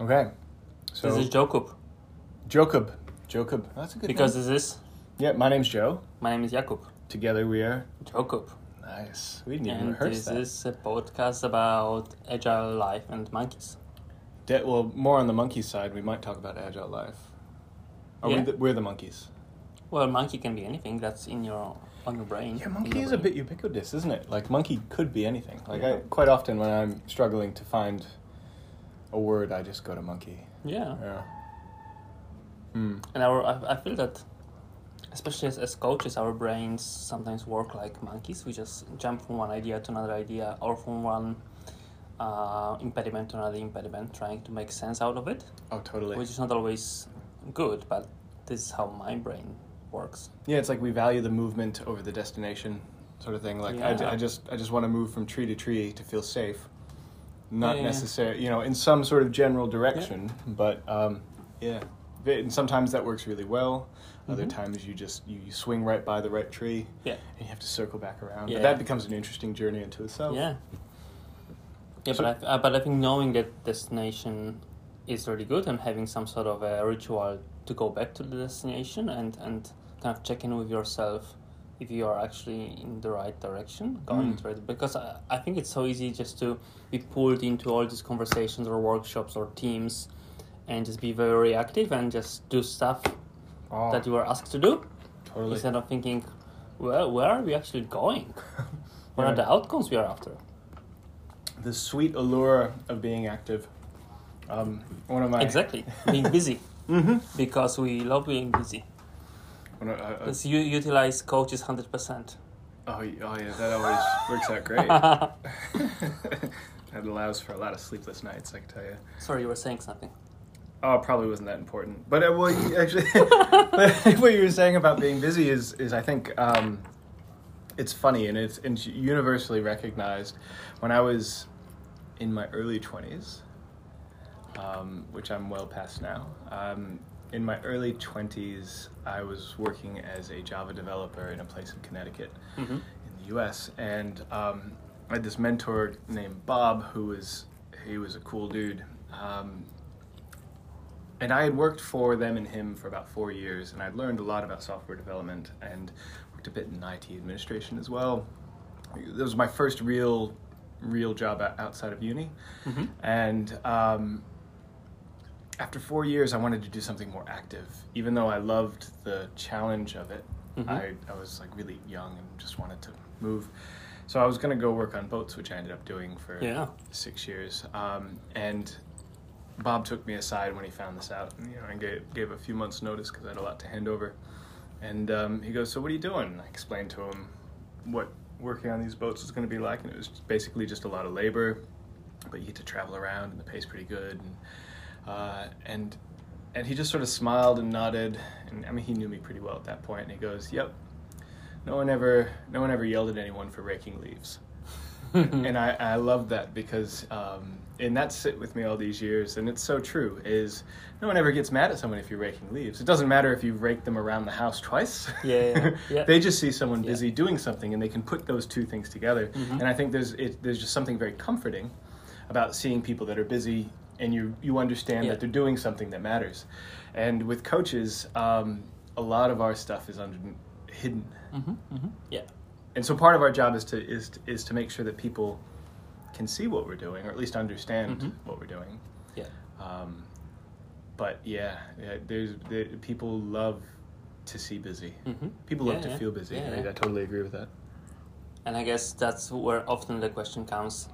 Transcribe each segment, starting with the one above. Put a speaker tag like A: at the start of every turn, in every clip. A: Okay. So
B: This is Jacob
A: Jacob. Jacob. Oh, That's a good
B: because
A: name.
B: this is
A: Yeah, my name's Joe.
B: my name is Jakob.
A: Together we are
B: Jakob,
A: nice. We didn't even
B: and
A: rehearse
B: this
A: that.
B: is a podcast about agile life and monkeys.
A: De- well, more on the monkey side, we might talk about agile life. Are we
B: Yeah.
A: the, we're the monkeys.
B: Well, monkey can be anything that's in your on your brain.
A: Yeah,
B: in
A: monkey
B: your
A: is a
B: brain.
A: bit ubiquitous, isn't it? Like monkey could be anything. Like I,
B: Yeah.
A: quite often when I'm struggling to find a word, I just go to monkey.
B: Yeah,
A: Yeah. Hmm.
B: and our I, I feel that, especially as, as coaches, our brains sometimes work like monkeys. We just jump from one idea to another idea, or from one uh, impediment to another impediment, trying to make sense out of it,
A: Oh, totally.
B: which is not always good. But this is how my brain works.
A: Yeah, it's like we value the movement over the destination, sort of thing. Like
B: Yeah.
A: I, I just I just want to move from tree to tree to feel safe, not
B: Yeah.
A: necessarily you know in some sort of general direction. But um, yeah, Ve- and sometimes that works really well. Other
B: Mhm.
A: times you just you, you swing right by the right tree
B: Yeah.
A: and you have to circle back around.
B: Yeah.
A: But that becomes an interesting journey into itself.
B: Yeah. Yeah,
A: So-
B: but I, uh, but I think knowing that destination is really good and having some sort of a ritual to go back to the destination and, and kind of check in with yourself if you are actually in the right direction going
A: Mm.
B: to it because I, I think it's so easy just to be pulled into all these conversations or workshops or teams and just be very reactive and just do stuff
A: Oh,
B: that you were asked to do
A: totally.
B: instead of thinking well where are we actually going what
A: Yeah.
B: are the outcomes we are after
A: the sweet allure of being active. Um, one of my
B: Exactly, being busy Mm-hmm.
A: hmm
B: because we love being busy.
A: One of, uh, uh,
B: Let's u- utilize coaches hundred percent.
A: oh, y- oh yeah, that always works out great.
B: Sorry,
A: that allows for a lot of sleepless nights, I can tell you.
B: you were saying something.
A: Oh, it probably wasn't that important. But uh, well, you actually, but what you were saying about being busy is, is I think um, it's funny and it's, and it's universally recognized. When I was in my early 20s, um, which I'm well past now, um, in my early 20s, I was working as a Java developer in a place in Connecticut
B: Mm-hmm.
A: in the U.S. and um, I had this mentor named Bob who was he was a cool dude, um, and I had worked for them and him for about four years, and I'd learned a lot about software development and worked a bit in IT administration as well. That was my first real real job o- outside of uni, Mm-hmm.
B: Mhm.
A: and. Um, after four years, I wanted to do something more active. Even though I loved the challenge of it,
B: Mhm.
A: I, I was like really young and just wanted to move. So I was going to go work on boats, which I ended up doing for
B: Yeah.
A: six years. Um, and Bob took me aside when he found this out, and, you know, and gave, gave a few months' notice because I had a lot to hand over. And um, he goes, "So what are you doing?" And I explained to him what working on these boats was going to be like, and it was basically just a lot of labor, but you get to travel around, and the pay's pretty good. And uh, and and he just sort of smiled and nodded, and I mean he knew me pretty well at that point, and he goes, "Yep, no one ever no one ever yelled at anyone for raking leaves." and I, I love that because um, and that's sit with me all these years and it's so true is no one ever gets mad at someone if you're raking leaves it doesn't matter if you rake them around the house twice
B: Yeah, yeah, yeah.
A: they just see someone
B: Yeah.
A: busy doing something and they can put those two things together
B: Mhm.
A: and i think there's it, there's just something very comforting about seeing people that are busy and you you understand
B: Yeah.
A: that they're doing something that matters and with coaches um, a lot of our stuff is under hidden
B: hmm hmm Yeah,
A: and so part of our job is to is is to make sure that people can see what we're doing or at least understand
B: Mhm.
A: what we're doing
B: yeah,
A: um, but yeah, yeah there's there, people love to see busy
B: Mhm.
A: people love
B: Yeah,
A: to
B: yeah.
A: feel busy
B: Yeah,
A: I,
B: yeah.
A: I totally agree with that
B: and I guess that's where often the question comes,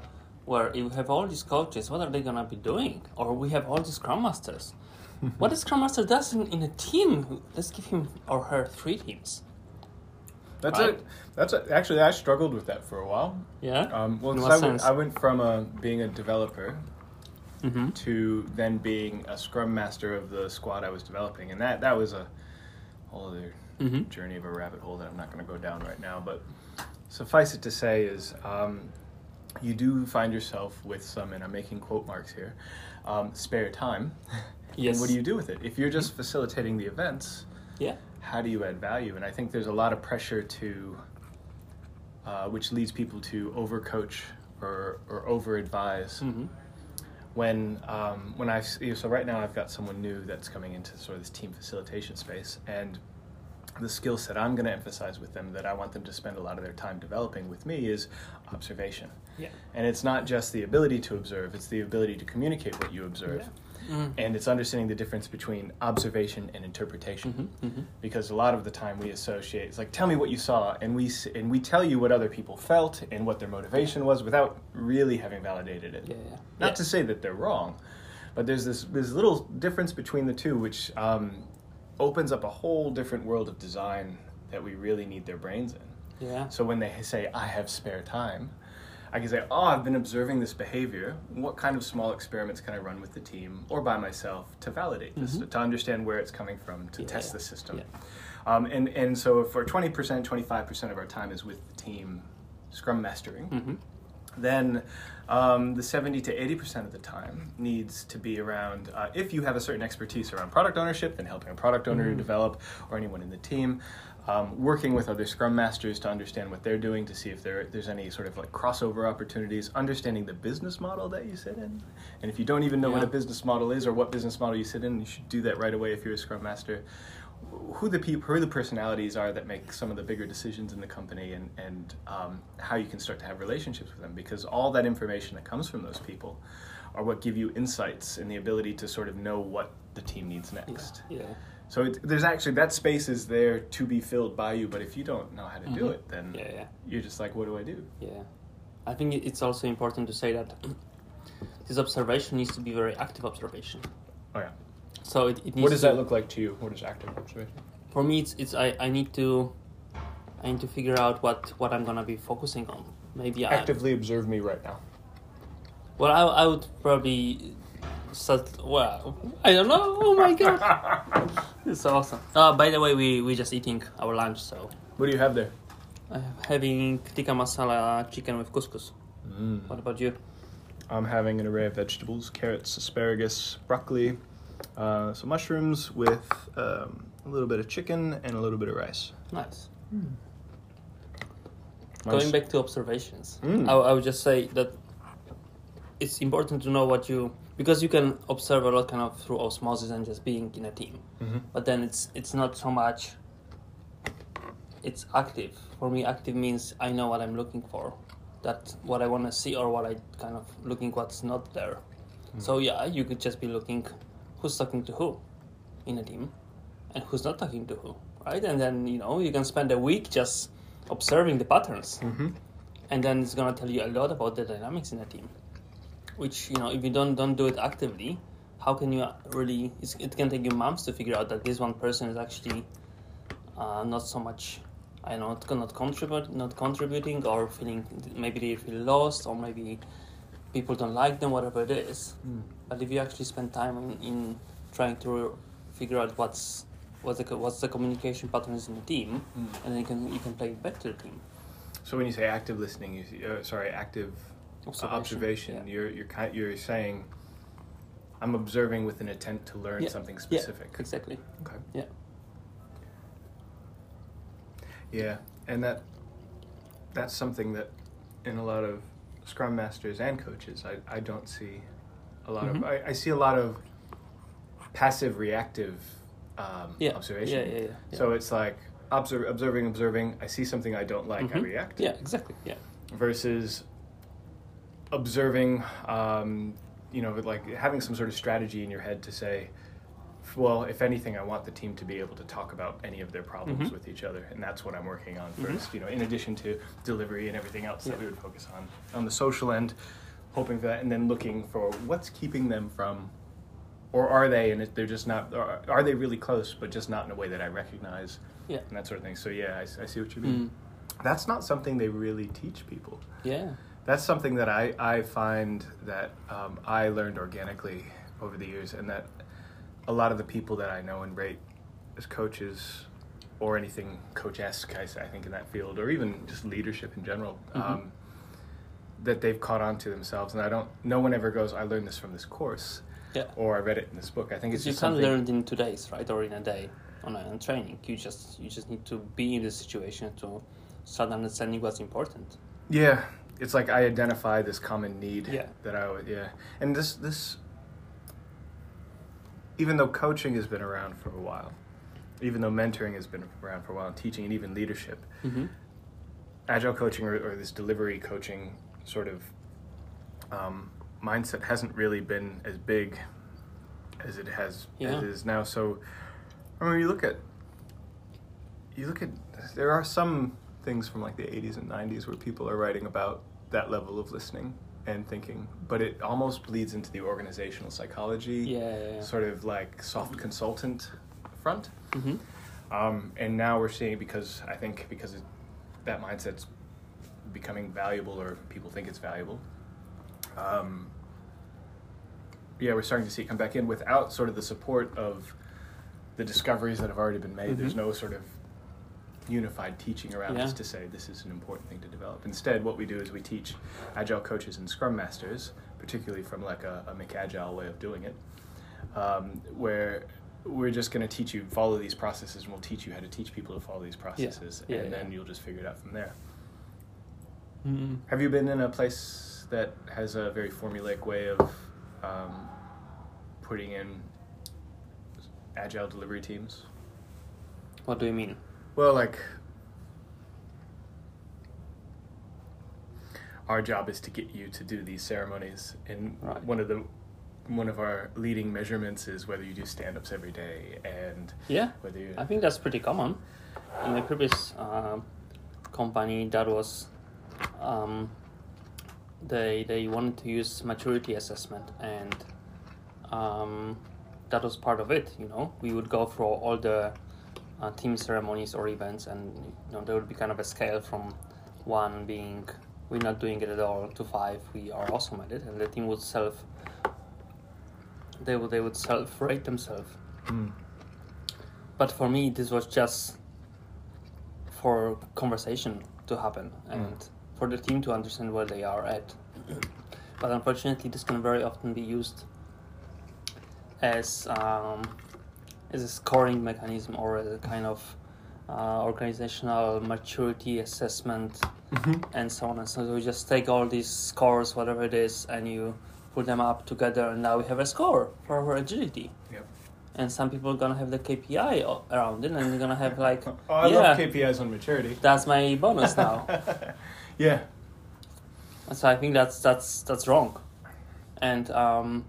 B: where you have all these coaches, what are they gonna be doing? Or we have all these scrum masters. what does scrum master does in, in a team? Let's give him or her three teams.
A: that's
B: Right.
A: it that's a, actually i struggled with that for a while
B: Yeah.
A: um, well
B: In
A: 'cause
B: what
A: I, went,
B: sense?
A: I went from a, being a developer
B: hmm
A: to then being a scrum master of the squad i was developing and that that was a whole other
B: hmm
A: journey of a rabbit hole that I'm not going to go down right now. But suffice it to say is um, you do find yourself with some, and I'm making quote marks here, um, spare time.
B: Yes.
A: And what do you do with it? If you're just facilitating the events,
B: Yeah.
A: how do you add value? And I think there's a lot of pressure to, uh, which leads people to overcoach or, or over advise
B: hmm
A: when um, when I so right now I've got someone new that's coming into sort of this team facilitation space and the skill set I'm going to emphasize with them that I want them to spend a lot of their time developing with me is observation.
B: Yeah.
A: And it's not just the ability to observe, it's the ability to communicate what you observe. And it's understanding the difference between observation and interpretation.
B: Mm-hmm.
A: Because a lot of the time we associate, it's like, tell me what you saw. And we, s- and we tell you what other people felt and what their motivation was without really having validated it.
B: Yeah, yeah.
A: Not
B: Yeah.
A: to say that they're wrong, but there's this this little difference between the two, which um, opens up a whole different world of design that we really need their brains in.
B: Yeah.
A: So when they say, "I have spare time," I can say, "Oh, I've been observing this behavior. What kind of small experiments can I run with the team or by myself to validate this, to understand where it's coming from, to
B: Mm-hmm. Yeah,
A: test
B: yeah,
A: the system?"
B: yeah.
A: Um, and and so if our twenty percent, twenty five percent of our time is with the team, scrum mastering then um, the 70 to 80% of the time needs to be around uh, if you have a certain expertise around product ownership, then helping a product owner develop or anyone in the team, um, working with other scrum masters to understand what they're doing to see if there, there's any sort of like crossover opportunities, understanding the business model that you sit in. And if you don't even know what
B: Yeah.
A: a business model is or what business model you sit in, you should do that right away if you're a scrum master. Who the people, who the personalities are that make some of the bigger decisions in the company, and and um, how you can start to have relationships with them, because all that information that comes from those people are what give you insights and the ability to sort of know what the team needs next.
B: Yeah.
A: So it, there's actually that space is there to be filled by you, but if you don't know how to do it, then
B: Yeah, yeah.
A: you're just like, what do I do?
B: Yeah, I think it- it's also important to say that this observation needs to be very active observation.
A: Oh yeah.
B: So it, it needs.
A: What does
B: to-
A: that look like to you? What is active observation?
B: For me, it's it's I, I need to, I need to figure out what what I'm gonna be focusing on. Maybe I
A: Actively observe me right now.
B: well I I would probably start well I don't know. Oh my god, it's awesome. Uh, by the way, we we just eating our lunch, so
A: What do you have there?
B: I'm Eh, having tikka masala chicken with couscous. What about you?
A: I'm having an array of vegetables: carrots, asparagus, broccoli, uh, some mushrooms with um, a little bit of chicken and a little bit of rice.
B: Nice.
A: Nice.
B: Going back to observations,
A: Mm.
B: I, I would just say that it's important to know what you because you can observe a lot kind of through osmosis and just being in a team, but then it's it's not so much. It's active for me. Active means I know what I'm looking for, that what I want to see or what I kind of looking what's not there. So yeah, you could just be looking who's talking to who in a team and who's not talking to who, right? And then you know you can spend a week just observing the patterns, and then it's gonna tell you a lot about the dynamics in a team. Which you know, if you don't don't do it actively, how can you really? It's, it can take you months to figure out that this one person is actually uh, not so much. I know not not contribute, not contributing, or feeling maybe they feel lost, or maybe people don't like them, whatever it is.
A: Hmm.
B: But if you actually spend time in, in trying to figure out what's what's the co- what's the communication patterns in the team, and then you can you can play it back to the team.
A: So when you say active listening, you see- uh, sorry, active observation,
B: Observation,
A: observation
B: yeah.
A: you're you're ki- you're saying, I'm observing with an intent to learn
B: Yeah,
A: something
B: yeah,
A: specific.
B: exactly.
A: Okay.
B: Yeah.
A: Yeah, and that that's something that in a lot of scrum masters and coaches, I, I don't see a lot of.
B: Mhm.
A: I, I see a lot of passive reactive um,
B: Yeah.
A: observation.
B: Yeah, yeah, yeah, yeah.
A: So it's like observe, observing, observing. I see something I don't like. I
B: Mhm.
A: react
B: Yeah, exactly. Yeah.
A: versus observing, um, you know, like having some sort of strategy in your head to say, well, if anything, I want the team to be able to talk about any of their problems
B: Mhm.
A: with each other, and that's what I'm working on 1st You know, in addition to delivery and everything else that
B: Yeah.
A: we would focus on on the social end, hoping for that, and then looking for what's keeping them from, or are they, and if they're just not, or are they really close, but just not in a way that I recognize,
B: Yeah.
A: and that sort of thing. So yeah, I, s- I see what you mean.
B: Mm.
A: That's not something they really teach people
B: Yeah.
A: that's something that I, I find that um, I learned organically over the years, and that a lot of the people that I know and rate as coaches or anything coach esque, I, s- I think, in that field, or even just leadership in general,
B: Mm-hmm.
A: um, that they've caught on to themselves. And I don't, no one ever goes, I learned this from this course,
B: Yeah.
A: or I read it in this book. I think it's
B: you
A: just
B: can't
A: something.
B: learn it in two days, right, or in a day on a on training. You just you just need to be in the situation to start understanding what's important.
A: Yeah, it's like I identify this common need
B: Yeah.
A: that I would yeah, and this this even though coaching has been around for a while, even though mentoring has been around for a while, and teaching and even leadership,
B: Mm-hmm.
A: agile coaching or, or this delivery coaching sort of um, mindset hasn't really been as big as it has
B: Yeah.
A: as it is now. So, I mean, you look at you look at there are some things from like the 80s and 90s where people are writing about that level of listening and thinking, but it almost bleeds into the organizational psychology
B: Yeah. yeah, yeah.
A: sort of like soft consultant front.
B: Mhm.
A: Um, and now we're seeing because I think because it, that mindset's becoming valuable, or people think it's valuable. Um, yeah, we're starting to see it come back in without sort of the support of the discoveries that have already been made. There's
B: Mhm.
A: no sort of unified teaching around
B: Yeah.
A: this to say this is an important thing to develop. Instead, what we do is we teach agile coaches and scrum masters, particularly from like a, a McAgile way of doing it, um, where we're just going to teach you follow these processes and we'll teach you how to teach people to follow these processes
B: Yeah,
A: and
B: yeah.
A: then you'll just figure it out from there.
B: Mm.
A: Have you been in a place that has a very formulaic way of um, putting in agile delivery teams?
B: What do you mean?
A: Well, like our job is to get you to do these ceremonies, and
B: Right.
A: one of the one of our leading measurements is whether you do stand-ups every day and
B: Yeah.
A: whether you
B: I think that's pretty common. In my previous um company, that was um, they they wanted to use maturity assessment, and um, that was part of it. You know, we would go through all the uh, team ceremonies or events, and you know there would be kind of a scale from one being we're not doing it at all to five we are awesome at it, and the team would self they would they would self rate themselves
A: Mm.
B: but for me this was just for conversation to happen and for the team to understand where they are at but unfortunately this can very often be used as um, as a scoring mechanism or as a kind of uh, organizational maturity assessment and so on and so on. We just take all these scores, whatever it is, and you put them up together, and now we have a score for our agility.
A: Yep.
B: And some people are gonna have the KPI o- around it, and they're gonna have like,
A: oh, I
B: yeah,
A: love KPIs on maturity.
B: that's my bonus now.
A: yeah,
B: And so I think that's that's that's wrong, and um,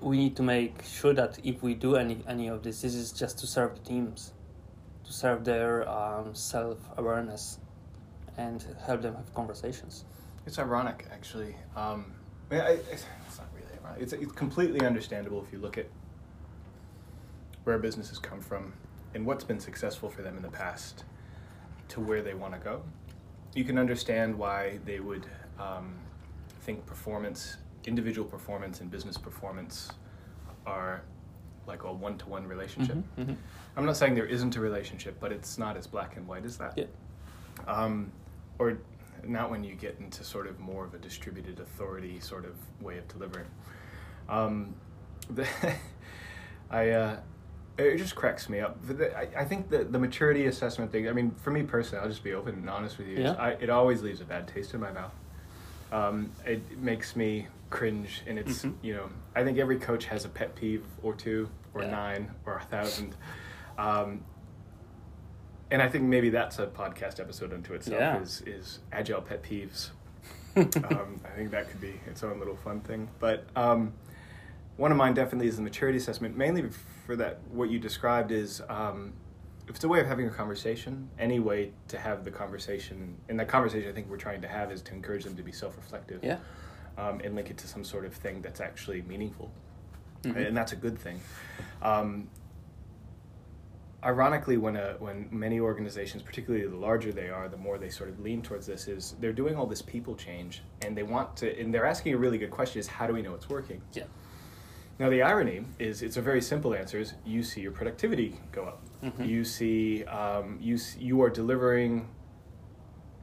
B: we need to make sure that if we do any any of this, this is just to serve the teams, to serve their um, self awareness, and help them have conversations.
A: it's ironic actually. Um, I mean, I, it's it's not really ironic. It's, it's completely understandable if you look at where businesses come from and what's been successful for them in the past to where they want to go. You can understand why they would um, think performance, individual performance, and business performance are like a one to one relationship.
B: Mhm, mhm.
A: I'm not saying there isn't a relationship, but it's not as black and white as that.
B: Yeah.
A: Um, or not when you get into sort of more of a distributed authority sort of way of delivering. Um, the I uh, it just cracks me up. The- the- I, I think the the maturity assessment thing. I mean, for me personally, I'll just be open and honest with you. is
B: Yeah.
A: I, it always leaves a bad taste in my mouth. Um, it makes me cringe, and it's
B: Mhm.
A: you know I think every coach has a pet peeve or two or
B: Yeah.
A: nine or a thousand. Um, and I think maybe that's a podcast episode unto itself.
B: Yeah.
A: Is is agile pet peeves? um, I think that could be its own little fun thing. But um, one of mine definitely is the maturity assessment, mainly for that. What you described is um, if it's a way of having a conversation, any way to have the conversation, and that conversation I think we're trying to have is to encourage them to be self-reflective
B: Yeah.
A: um, and link it to some sort of thing that's actually meaningful,
B: Mhm.
A: and that's a good thing. Um, ironically, when a, when many organizations, particularly the larger they are, the more they sort of lean towards this is they're doing all this people change, and they want to, and they're asking a really good question: is how do we know it's working?
B: Yeah.
A: Now the irony is, it's a very simple answer: is you see your productivity go up,
B: Mhm.
A: you see um, you s- you are delivering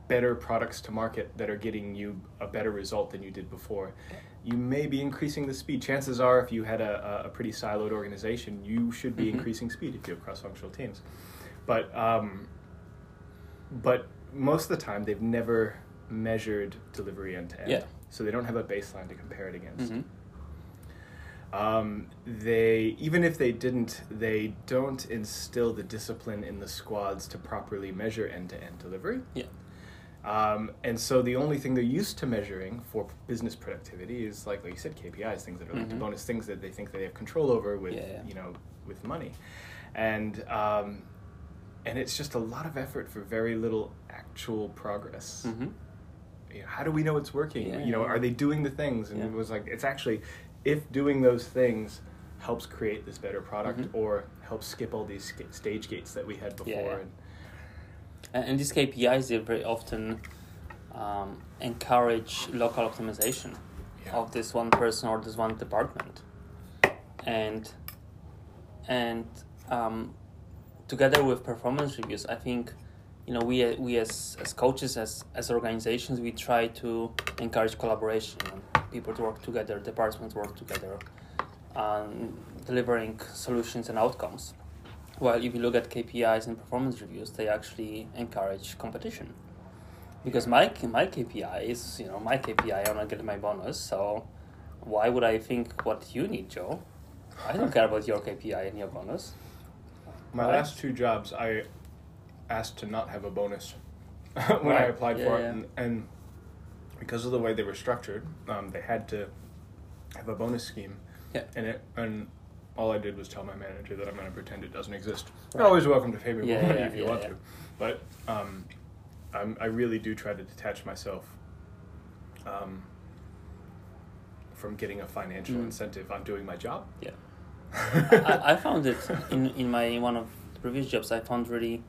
A: better products to market that are getting you a better result than you did before. You may be increasing the speed. Chances are, if you had a, a- a pretty siloed organization, you should be
B: Mhm.
A: increasing speed if you have cross-functional teams. But um, but most of the time, they've never measured delivery end to end.
B: Yeah.
A: So they don't have a baseline to compare it against.
B: Mhm.
A: Um, they even if they didn't, they don't instill the discipline in the squads to properly measure end to end delivery.
B: Mm-hmm. Yeah.
A: Um, and so the only thing they're used to measuring for business productivity is like, like you said, KPIs, things that are linked to
B: Mhm.
A: bonus, things that they think they have control over with,
B: Yeah, yeah.
A: you know, with money, and um, and it's just a lot of effort for very little actual progress.
B: hmm
A: You know, how do we know it's working?
B: Yeah,
A: you know,
B: yeah.
A: are they doing the things? And
B: Yeah.
A: it was like, it's actually, if doing those things helps create this better product
B: Mhm.
A: or helps skip all these sca- stage gates that we had before.
B: Yeah, yeah.
A: And,
B: And, and these KPIs they very often um, encourage local optimization
A: Yeah.
B: of this one person or this one department, and and um, together with performance reviews, I think you know we we as as coaches as as organizations we try to encourage collaboration, people to work together, departments work together, um, delivering solutions and outcomes. Well, if you look at KPIs and performance reviews, they actually encourage competition. Because my my KPI is you know my KPI, I'm not getting my bonus, so why would I think what you need, Joe? I don't care about your KPI and your bonus.
A: My
B: Right.
A: last two jobs, I asked to not have a bonus when I
B: Right.
A: applied
B: Yeah,
A: for it,
B: yeah.
A: and, and because of the way they were structured, um, they had to have a bonus scheme,
B: Yeah.
A: and it and all I did was tell my manager that I'm going to pretend it doesn't exist. You're
B: Right.
A: always welcome to pay me more
B: Yeah,
A: money
B: yeah,
A: if you
B: yeah,
A: want
B: yeah.
A: to, but um, I'm, I really do try to detach myself. Um, from getting a financial
B: Mm.
A: incentive, I'm doing my job.
B: Yeah. I, I found it in, in my one of the previous jobs. I found really,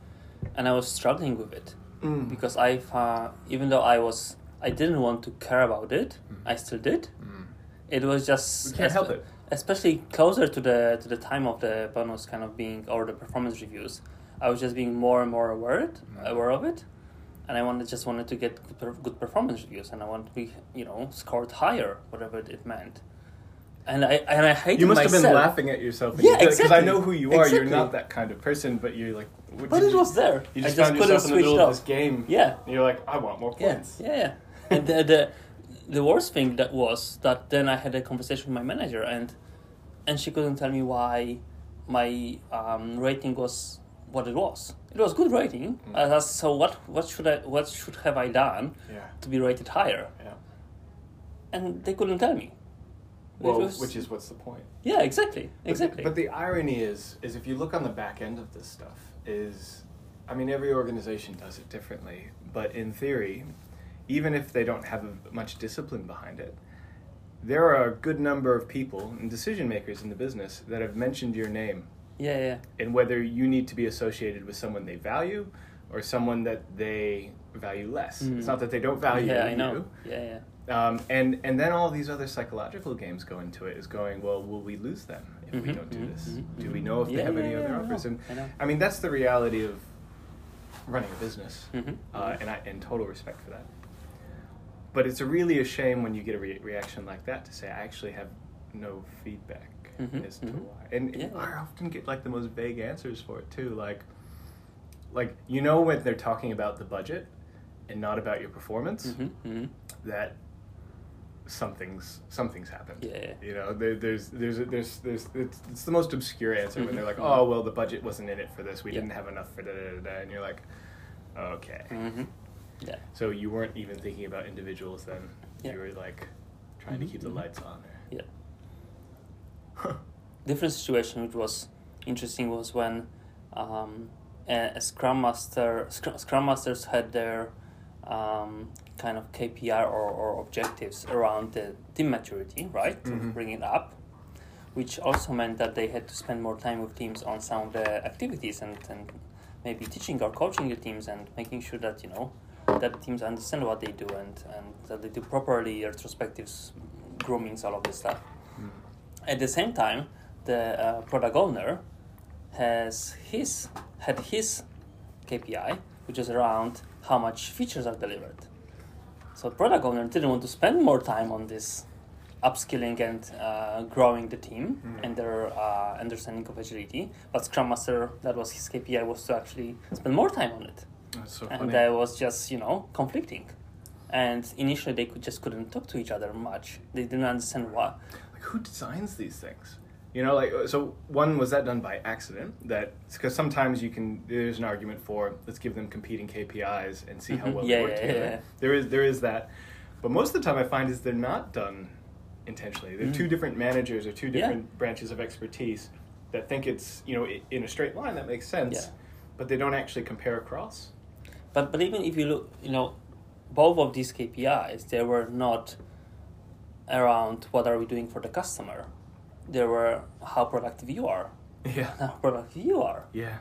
B: and I was struggling with it
A: Mm.
B: because I uh, even though I was I didn't want to care about it,
A: Mm.
B: I still did.
A: Mm.
B: It was just
A: We can't help it.
B: especially closer to the to the time of the bonus kind of being or the performance reviews. I was just being more and more aware it,
A: Mm.
B: aware of it, and I wanted just wanted to get good per- good performance reviews, and I wanted to be you know scored higher, whatever it meant. And I and I hated
A: You must
B: myself.
A: have been laughing at yourself.
B: Yeah,
A: Because I
B: exactly.
A: know who you are. You're
B: Exactly.
A: not that kind of person, but you're like. What
B: But
A: did
B: it
A: you-
B: was there.
A: You just,
B: I just
A: found
B: couldn't
A: yourself in the
B: switch
A: middle
B: it
A: of
B: up.
A: this game.
B: Yeah.
A: And you're like, I want more
B: Yeah,
A: points.
B: yeah, yeah. And the, the the worst thing that was that then I had a conversation with my manager and and she couldn't tell me why my um, rating was what it was. It was good rating.
A: Mm.
B: I asked, so what what should I what should have I done
A: Yeah.
B: to be rated higher?
A: Yeah.
B: And they couldn't tell me. It
A: Well,
B: was-
A: which is what's the point?
B: yeah, exactly, exactly.
A: But the, irony is, is if you look on the back end of this stuff, is, I mean, every organization does it differently. But in theory, even if they don't have much discipline behind it, there are a good number of people and decision makers in the business that have mentioned your name
B: yeah, yeah,
A: and whether you need to be associated with someone they value or someone that they value less.
B: Mm.
A: It's not that they don't value
B: yeah.
A: you.
B: I know. Yeah, yeah.
A: Um, and and then all these other psychological games go into it. Is going well? Will we lose them if we
B: Mhm,
A: don't do
B: mhm,
A: this?
B: mhm,
A: Do we
B: mhm.
A: know if they
B: Yeah,
A: have
B: yeah,
A: any
B: yeah,
A: other
B: I know,
A: offers? And
B: I know.
A: I mean, that's the reality of running a business,
B: Mhm.
A: uh, and I in total respect for that. But it's a really a shame when you get a re- reaction like that to say, "I actually have no feedback
B: Mhm,
A: as to
B: mhm.
A: why," and
B: Yeah,
A: I
B: yeah.
A: often get like the most vague answers for it too, like. Like you know when they're talking about the budget, and not about your performance
B: Mhm, mhm.
A: that something's something's happened.
B: Yeah.
A: You know, there, there's there's there's there's it's, it's the most obscure answer when they're like,
B: Mhm.
A: oh well, the budget wasn't in it for this. We
B: Yeah.
A: didn't have enough for da da da da, and you're like, okay.
B: Mhm. Yeah.
A: So you weren't even thinking about individuals then.
B: Yeah.
A: You were like trying to
B: Mhm,
A: keep the
B: mhm.
A: lights on.
B: Yeah.
A: Or...
B: different situation which was interesting was when um, a, a scrum master scrum, scrum masters had their um, kind of KPI or, or objectives around the team maturity right to
A: Mhm.
B: bring it up which also meant that they had to spend more time with teams on some of the activities and, and maybe teaching or coaching the teams and making sure that you know that teams understand what they do and, and that they do properly retrospectives groomings all of this stuff
A: Mm.
B: at the same time, the uh, product owner has his had his KPI, which is around how much features are delivered. So product owner didn't want to spend more time on this upskilling and uh, growing the team
A: Mhm.
B: and their uh, understanding of agility. But Scrum Master, that was his KPI, was to actually spend more time on it,
A: That's so
B: and
A: funny.
B: that was just you know conflicting. and initially they could just couldn't talk to each other much. They didn't understand why.
A: Like, who designs these things? You know, like, so one, was that done by accident? That, because sometimes you can, there's an argument for, let's give them competing KPIs and see how
B: Mhm.
A: well
B: Yeah,
A: they work
B: yeah,
A: together.
B: yeah.
A: There is, there is that. But most of the time I find is they're not done intentionally. They're
B: Mm.
A: two different managers or two
B: Yeah.
A: different branches of expertise that think it's, you know, i- in a straight line, that makes sense.
B: Yeah.
A: But they don't actually compare across.
B: But but even if you look, you know, both of these KPIs, they were not around what are we doing for the customer. They were how productive you are,
A: Yeah.
B: how productive you are.
A: Yeah.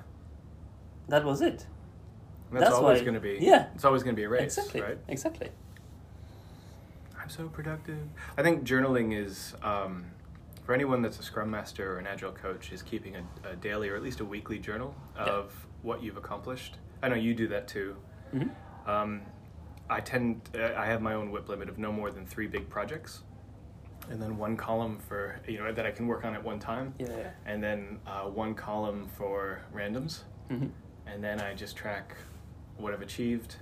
B: That was it.
A: That's,
B: That's
A: always
B: why-
A: going to be.
B: yeah.
A: It's always going to be a race,
B: exactly.
A: right?
B: Exactly.
A: I'm so productive. I think journaling is um, for anyone that's a Scrum Master or an Agile coach is keeping a, a daily or at least a weekly journal
B: Yeah.
A: of what you've accomplished. I know you do that too.
B: Mhm.
A: Um, I tend I have my own whip limit of no more than three big projects, and then one column for you know that I can work on at one time,
B: Yeah. yeah.
A: and then uh, one column for randoms
B: Mhm.
A: and then I just track what I've achieved,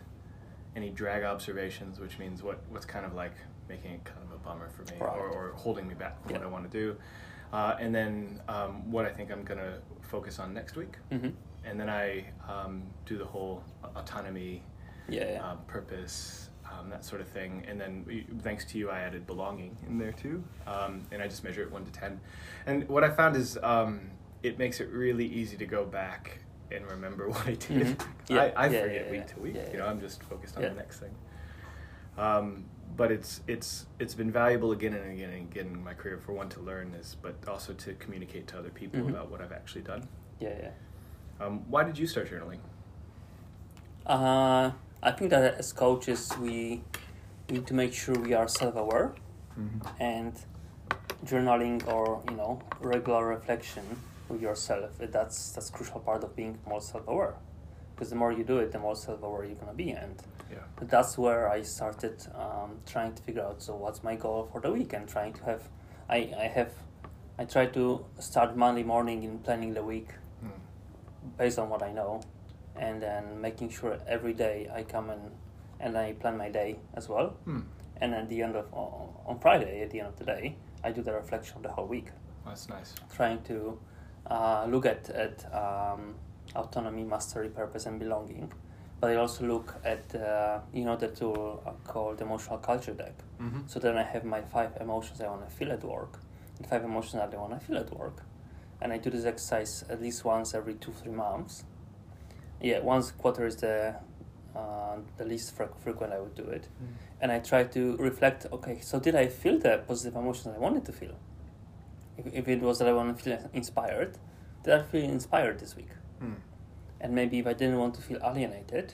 A: any drag observations, which means what what's kind of like making it kind of a bummer for me
B: Right.
A: or, or holding me back from what
B: Yeah.
A: I want to do, uh, and then um, what I think I'm gonna focus on next week,
B: Mhm.
A: and then I um, do the whole a- autonomy,
B: Yeah. yeah.
A: um, purpose. Um, that sort of thing, and then we- thanks to you, I added belonging in there too, um, and I just measure it one to ten. And what I found is um, it makes it really easy to go back and remember what I did.
B: Mhm.
A: 'Cause
B: Yeah,
A: I, I
B: yeah,
A: forget
B: yeah,
A: week
B: yeah,
A: to week.
B: yeah,
A: You know,
B: yeah.
A: I'm just focused on
B: Yeah.
A: the next thing. Um, but it's it's it's been valuable again and again and again in my career for one to learn is, but also to communicate to other people
B: Mhm.
A: about what I've actually done.
B: Yeah. Yeah.
A: Um, why did you start journaling?
B: Uh, I think that as coaches, we need to make sure we are self-aware,
A: Mm-hmm.
B: and journaling or you know regular reflection with yourself. eh, That's that's crucial part of being more self-aware, because the more you do it, the more self-aware you're gonna be, and
A: Yeah.
B: that's where I started um, trying to figure out. So what's my goal for the week, and trying to have, I I have, I try to start Monday morning in planning the week
A: Mm.
B: based on what I know, and then making sure every day I come and and I plan my day as well.
A: Hmm.
B: And at the end of on on Friday, at the end of the day, I do the reflection of the whole week,
A: That's nice.
B: trying to uh, look at at um, autonomy, mastery, purpose, and belonging. But I also look at uh, you know the tool uh, called emotional culture deck.
A: Mm-hmm.
B: So then I have my five emotions I want to feel at work, and five emotions that I want to feel at work. And I do this exercise at least once every two, three months. Yeah, once a quarter is the uh, the least fre- frequent I would do it. And I try to reflect okay, so did I feel the positive emotions I wanted to feel? If, if it was that I want to feel inspired, did I feel inspired this week?
A: Hmm.
B: And maybe if I didn't want to feel alienated,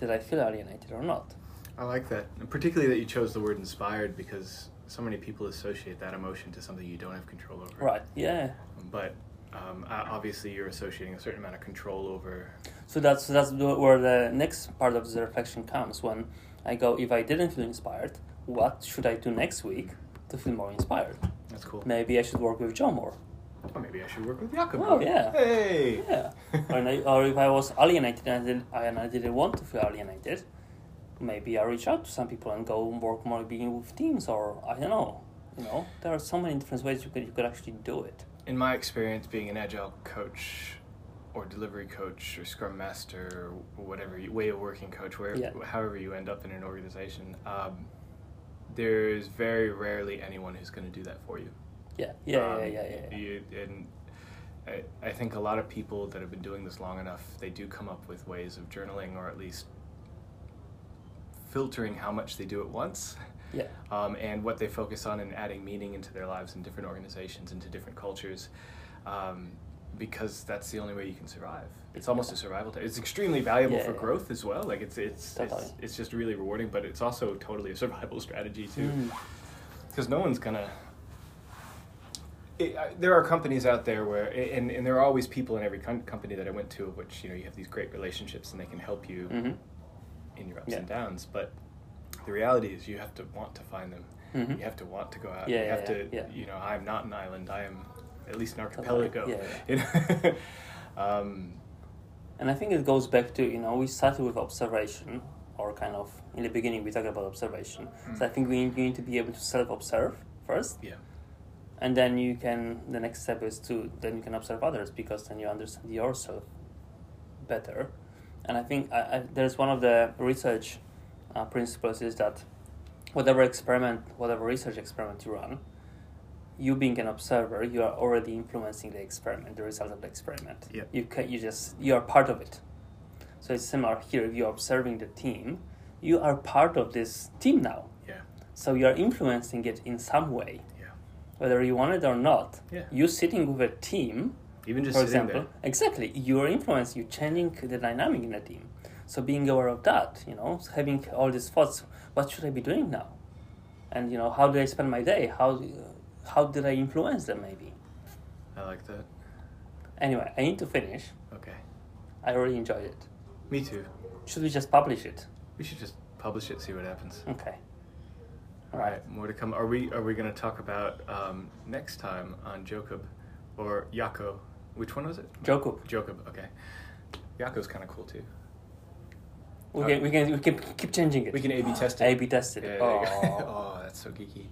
B: did I feel alienated or not?
A: I like that, and particularly that you chose the word inspired because so many people associate that emotion to something you don't have control over.
B: Right, yeah.
A: But um, o- obviously, you're associating a certain amount of control over.
B: So that's that's the- where the next part of the reflection comes when I go, if I didn't feel inspired, what should I do next week to feel more inspired?
A: That's cool.
B: Maybe I should work with John more.
A: Or maybe I should work with Jakob.
B: Oh, yeah.
A: Hey.
B: Yeah. or, uh I, or if I was alienated and I, didn't, and I didn't want to feel alienated, maybe I reach out to some people and go work more being with teams or I don't know. You know, there are so many different ways you could you could actually do it.
A: In my experience, being an agile coach, or delivery coach, or Scrum Master, or whatever you, way of working coach, where
B: Yeah.
A: however you end up in an organization, um, there is very rarely anyone who's going to do that for you.
B: Yeah. Yeah.
A: Um,
B: yeah. Yeah. Yeah. yeah.
A: You, and I, I think a lot of people that have been doing this long enough, they do come up with ways of journaling or at least filtering how much they do at once
B: yeah.
A: um, and what they focus on and adding meaning into their lives in different organizations, into different cultures, um, because that's the only way you can survive. It's almost a survival. tech. It's extremely valuable
B: Yeah,
A: for
B: yeah.
A: growth as well. Like it's it's,
B: Totally.
A: it's it's just really rewarding, but it's also totally a survival strategy too
B: Mm.
A: because no one's gonna. It, I, there are companies out there where, and, and there are always people in every com- company that I went to, of which you know you have these great relationships and they can help you
B: Mhm.
A: in your ups
B: Yeah.
A: and downs. But the reality is, you have to want to find them.
B: Mhm.
A: You have to want to go out.
B: Yeah,
A: you
B: yeah,
A: have to.
B: yeah, yeah.
A: You know, I'm not an island. I am at least an
B: Totally.
A: archipelago.
B: Yeah,
A: You know? um,
B: And I think it goes back to, you know, we started with observation or kind of in the beginning we talked about observation. So I think we need, you need to be able to self-observe first,
A: Yeah.
B: and then you can. The next step is to then you can observe others because then you understand yourself better. And I think I, I, there's one of the research uh, principles is that whatever experiment, whatever research experiment you run, you being an observer, you are already influencing the experiment, the result of the experiment.
A: Yeah.
B: You can, you just you are part of it. So it's similar here. If you're observing the team, you are part of this team now.
A: Yeah.
B: So you are influencing it in some way,
A: Yeah.
B: whether you want it or not.
A: Yeah.
B: You sitting with a team,
A: Even just
B: for
A: sitting
B: example, exactly. You're influencing, you're changing the dynamic in the team. So being aware of that, you know, having all these thoughts, what should I be doing now? And you know, how do I spend my day? How how did I influence them? Maybe.
A: there. I like that.
B: Anyway, I need to finish.
A: Okay.
B: I really enjoyed it.
A: Me too.
B: Should we just publish it?
A: We should just publish it, see what happens.
B: Okay.
A: All right, more to come. Are we are we going to talk about um, next time on Jacob or Yako? Which one was it?
B: Jacob.
A: Jacob. Okay. Yako's kind of cool too.
B: We can, we can we can keep changing it.
A: Uh, We can A/B test it.
B: A/B tested
A: Yeah,
B: it.
A: there you go.
B: Oh.
A: oh, that's so geeky.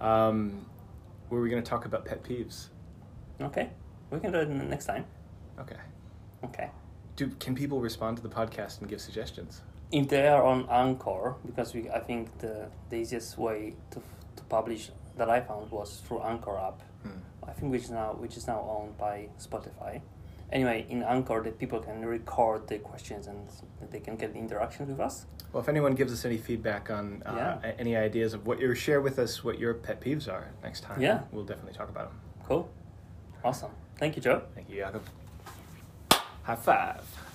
A: Um, were we going to talk about pet peeves?
B: Oh. okay. We can do it n- next time.
A: Okay.
B: Okay.
A: Do can people respond to the podcast and give suggestions?
B: If they are on Anchor, because we I think the the easiest way to to publish that I found was through Anchor app.
A: Hmm.
B: I think which is now which is now owned by Spotify. Anyway, in Anchor, the people can record the questions and they can get interactions with us.
A: Well, if anyone gives us any feedback on uh,
B: Yeah.
A: a- any ideas of what you share with us, what your pet peeves are next time,
B: Yeah.
A: we'll definitely talk about them.
B: Cool, awesome. Thank you, Joe.
A: Thank you, Jakob. High five.